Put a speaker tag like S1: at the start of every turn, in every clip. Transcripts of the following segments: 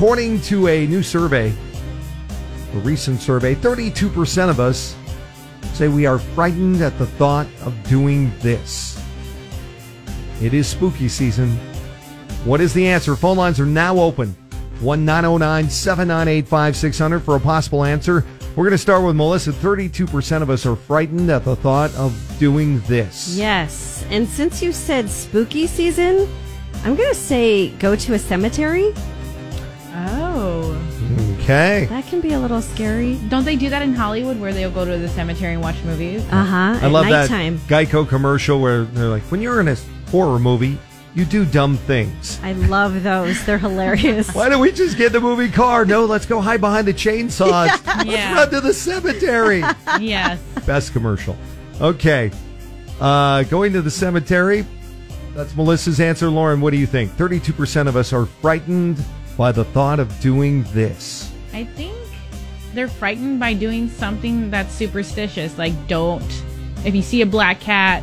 S1: According to a new survey, a recent survey, 32% of us say we are frightened at the thought of doing this. It is spooky season. What is the answer? Phone lines are now open. oh 1 909 798 5600 for a possible answer. We're going to start with Melissa. 32% of us are frightened at the thought of doing this.
S2: Yes. And since you said spooky season, I'm going to say go to a cemetery.
S3: Oh.
S1: Okay.
S2: That can be a little scary.
S3: Don't they do that in Hollywood where they'll go to the cemetery and watch movies?
S2: Uh huh.
S1: I love
S2: nighttime.
S1: that Geico commercial where they're like, when you're in a horror movie, you do dumb things.
S2: I love those. They're hilarious.
S1: Why don't we just get the movie car? No, let's go hide behind the chainsaws. Let's
S3: Yeah.
S1: run to the cemetery.
S3: yes.
S1: Best commercial. Okay. Uh, going to the cemetery. That's Melissa's answer. Lauren, what do you think? 32% of us are frightened by the thought of doing this.
S3: I think they're frightened by doing something that's superstitious. Like, don't. If you see a black cat,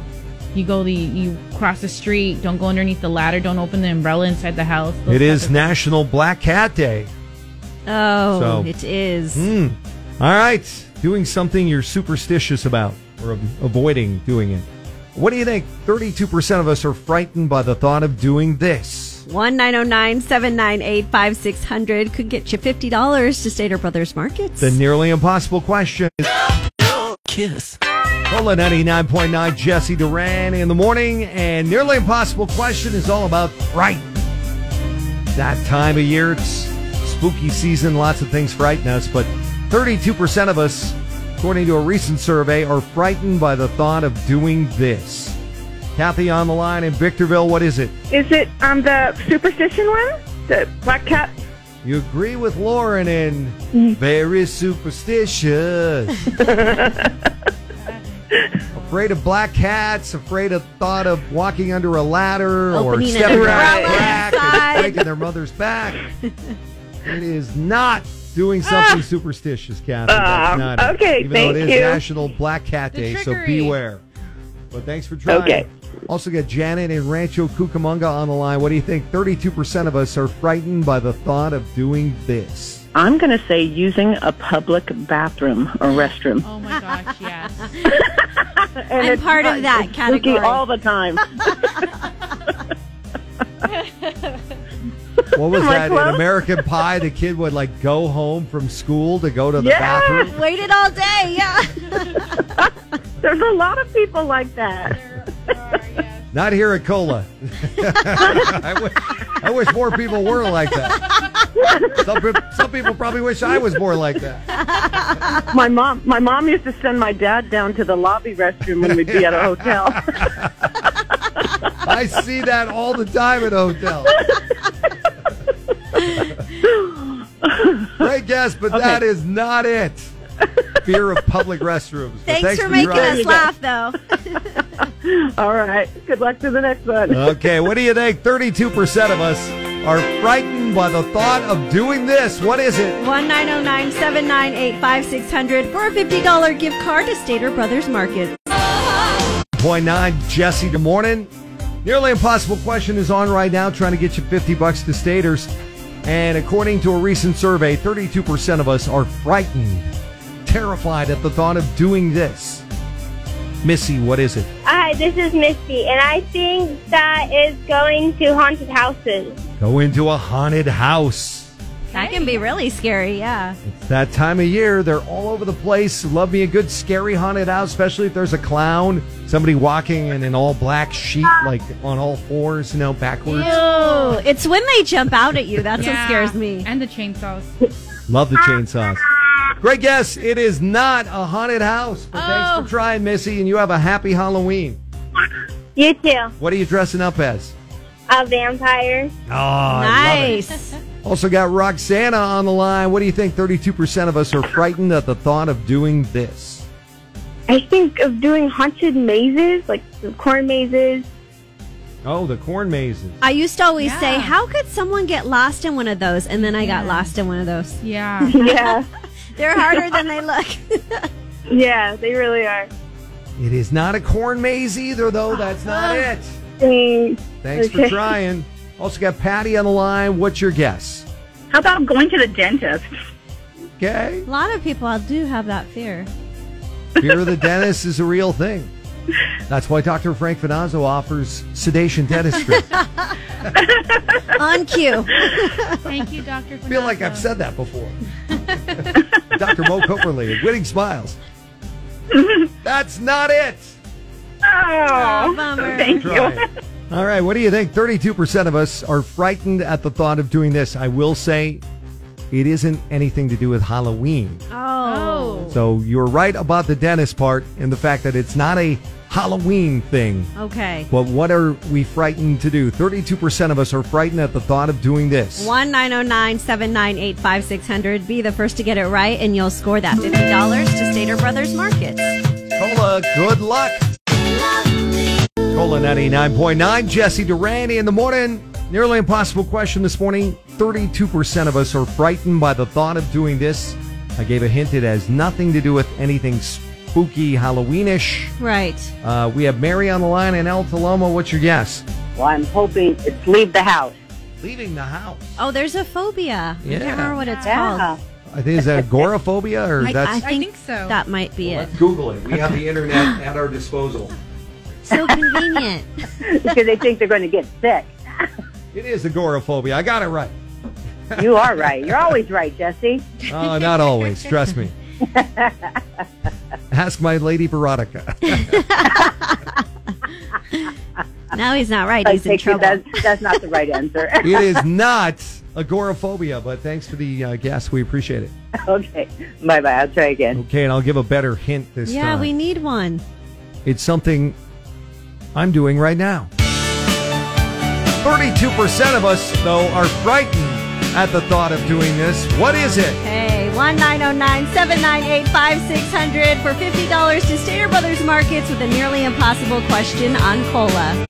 S3: you go the you cross the street. Don't go underneath the ladder. Don't open the umbrella inside the house. Those
S1: It
S3: type
S1: is
S3: of-
S1: National Black Cat Day.
S2: Oh,
S1: So-
S2: it is.
S1: Hmm. All right. Doing something you're superstitious about or av- avoiding doing it. What do you think? 32% of us are frightened by the thought of doing this.
S2: One nine zero nine seven nine eight five six hundred could get you fifty dollars to Stater Brothers Markets.
S1: The nearly impossible question. Kiss. Cola 99.9, Jesse Duran in the morning, and nearly impossible question is all about fright. That time of year, it's spooky season, lots of things frighten us, but 32% of us, according to a recent survey, are frightened by the thought of doing this. Kathy on the line in Victorville, what is it?
S4: Is it um the superstition one? The black cat?
S1: You agree with Lauren in very superstitious. afraid of black cats, afraid of thought of walking under a ladder
S2: Opening
S1: or
S2: an
S1: stepping on a
S4: umbrella
S1: crack and
S2: inside.
S1: breaking their mother's back. It is not doing something superstitious, Kathy. That's
S4: Ah,
S1: not it.
S4: okay,
S1: Even though it
S4: thank
S1: is
S4: you.
S1: National Black Cat
S3: The
S1: Day, so
S3: trickery.
S1: beware. But thanks for trying.
S4: Okay.
S1: Also got Janet in Rancho Cucamonga on the line. What do you think? 32% of us are frightened by the thought of doing this.
S5: I'm going to say using a public bathroom or restroom.
S3: Oh my gosh! Yes.
S5: And
S2: I'm
S5: it's
S2: part of
S5: not-
S2: that
S5: it's
S2: category.
S5: Spooky all the time.
S1: What was
S5: Am I
S1: that? In
S5: close?
S1: American Pie, the kid would like go home from school to go to the
S5: Yes!
S1: bathroom.
S2: Waited all day. Yeah.
S5: There's a lot of people like that.
S1: Not here at Cola. I wish- I wish more people were like that. Some, peop- some people probably wish I was more like that.
S5: My mom, my mom used to send my dad down to the lobby restroom when we'd be at a hotel.
S1: I see that all the time at hotels. Great guess, but that is not it. Fear of public restrooms. But
S2: Thanks, for making
S1: trying.
S2: us laugh, though.
S5: all right. Good luck to the next one.
S2: Uh.
S1: Okay, what do you think? 32% of us are frightened by the thought of doing this. What is it?
S2: One nine zero nine seven nine eight five six hundred for a fifty dollar gift card to Stater Brothers Markets.
S1: 1.9 Jesse, good morning. Nearly impossible question is on right now, trying to get you 50 bucks to staters. And according to a recent survey, 32% of us are frightened, terrified at the thought of doing this. Missy, what is it?
S6: Hi, this is Misty, and I think that is going to haunted houses.
S1: Go into a haunted house.
S2: That can be really scary. Yeah.
S1: It's that time of year. They're all over the place. Love me a good scary haunted house, especially if there's a clown, somebody walking in an all black sheet, like on all fours, you know, backwards.
S2: Oh, it's when they jump out at you. That's what scares me.
S3: And the chainsaws.
S1: Love the chainsaws. Great guess. It is not a haunted house. But thanks for trying, Missy, and you have a happy Halloween.
S6: You too.
S1: What are you dressing up as?
S6: A vampire.
S1: Oh, I love it.
S2: Nice.
S1: Also got Roxana on the line. What do you think? 32% of us are frightened at the thought of doing this.
S6: I think of doing haunted mazes, like the corn mazes.
S1: Oh, the corn mazes.
S2: I used to always
S3: Yeah.
S2: say, "How could someone get lost in one of those?" And then I got lost in one of those.
S3: Yeah.
S6: Yeah.
S2: They're harder than they look.
S6: yeah, they really are.
S1: It is not a corn maze either, though. That's not it.
S6: Thanks.
S1: Thanks for
S6: Okay.
S1: trying. Also got Patty on the line. What's your guess?
S5: How about going to the dentist?
S1: Okay.
S2: A lot of people do have that fear.
S1: Fear of the dentist is a real thing. That's why Dr. Frank Finazzo offers sedation dentistry. I
S2: On cue.
S3: Thank you, Doctor.
S1: feel like I've said that before. Dr. Mo Coperly at Winning Smiles. That's not it.
S5: Oh,
S2: bummer.
S5: thank you.
S1: Try it. All right, what do you think? 32% of us are frightened at the thought of doing this. I will say it isn't anything to do with Halloween.
S2: Oh.
S3: Oh.
S1: So you're right about the dentist part and the fact that it's not a Halloween thing.
S2: Okay.
S1: But what are we frightened to do? 32% of us are frightened at the thought of doing this.
S2: One nine zero nine seven nine eight five six hundred. Be the first to get it right, and you'll score that fifty dollars to Stater Brothers Markets.
S1: Cola, good luck. Cola 99.9, Jesse Durante in the morning. Nearly impossible question this morning. 32% of us are frightened by the thought of doing this. I gave a hint it has nothing to do with anything spooky Halloweenish.
S2: Right.
S1: Uh, we have Mary on the line in El Tolomo. What's your guess?
S7: Well, I'm hoping it's leave the house.
S1: Leaving the house.
S2: Oh, there's a phobia. I
S1: Yeah.
S2: can't remember what it's
S7: Yeah.
S2: called.
S1: I think is that agoraphobia or
S2: I,
S1: that's
S2: I
S3: I
S2: think
S3: think so.
S2: that might be it.
S1: Google it. We have the internet at our disposal.
S2: So convenient.
S7: because they think they're going to get sick.
S1: It is agoraphobia. I got it right.
S7: You are right. You're always right, Jesse.
S1: Oh, not always. Trust me. Ask my lady Veronica.
S2: now he's not right.
S7: I
S2: He's in
S7: think
S2: trouble.
S7: that's, that's not the right answer.
S1: It is not agoraphobia, but thanks for the uh, guess. We appreciate it.
S7: okay. Bye bye. I'll try again.
S1: Okay, and I'll give a better hint this
S2: yeah,
S1: time.
S2: we need one.
S1: It's something I'm doing right now. 32% of us, though, are frightened at the thought of doing this. What is it?
S2: Hey, one nine zero nine seven nine eight five six hundred for fifty dollars to Stater Brothers Markets with a nearly impossible question on cola.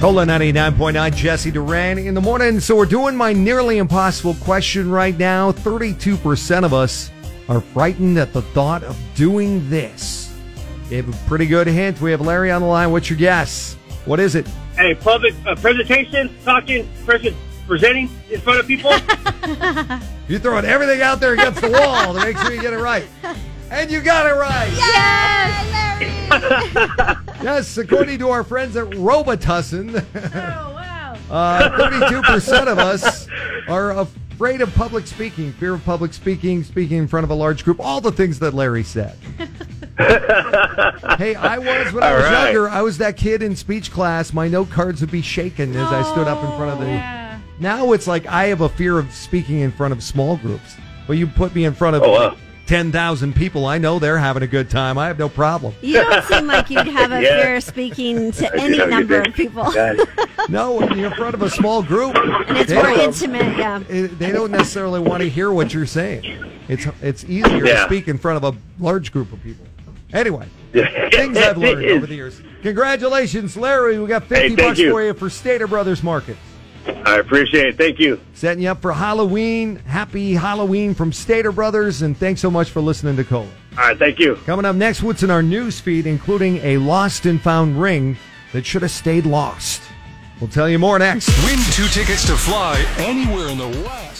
S1: Cola 99.9, Jesse Duran in the morning. So we're doing my nearly impossible question right now. 32% of us are frightened at the thought of doing this. Gave a pretty good hint. We have Larry on the line. What's your guess? What is it?
S8: Hey, public uh, presentation, talking, person presenting in front of people.
S1: You're throwing everything out there against the wall to make sure you get it right. And you got it right. Yes, according to our friends at Robitussin.
S3: Oh, wow.
S1: Uh, 32% of us are afraid of public speaking, fear of public speaking, speaking in front of a large group, all the things that Larry said. hey, I was, when I
S8: All
S1: was
S8: right.
S1: younger, I was that kid in speech class. My note cards would be shaken as I stood up in front of the.
S3: Oh, Yeah.
S1: Now it's like I have a fear of speaking in front of small groups. But you put me in front of
S8: Oh, wow.
S1: 10,000 people, I know they're having a good time. I have no problem.
S2: You don't seem like you'd have a
S8: Yeah.
S2: fear of speaking to any
S8: Yeah, you
S2: number
S8: did.
S2: of people.
S8: Got it.
S1: No, when you're in front of a small group,
S2: And it's
S1: they
S2: more
S1: don't-
S2: intimate, yeah.
S1: it- they don't necessarily want to hear what you're saying. It's it's easier to
S8: Yeah.
S1: speak in front of a large group of people. Anyway,
S8: Yeah.
S1: things I've
S8: It
S1: learned over
S8: is.
S1: the years. Congratulations, Larry. We got 50
S8: Hey, thank
S1: bucks
S8: you.
S1: for you for Stater Brothers Market.
S8: I appreciate it. Thank you.
S1: Setting you up for Halloween. Happy Halloween from Stater Brothers, and thanks so much for listening to Cole.
S8: All right, thank you.
S1: Coming up next, what's in our news feed, including a lost and found ring that should have stayed lost. We'll tell you more next.
S9: Win two tickets to fly anywhere in the West.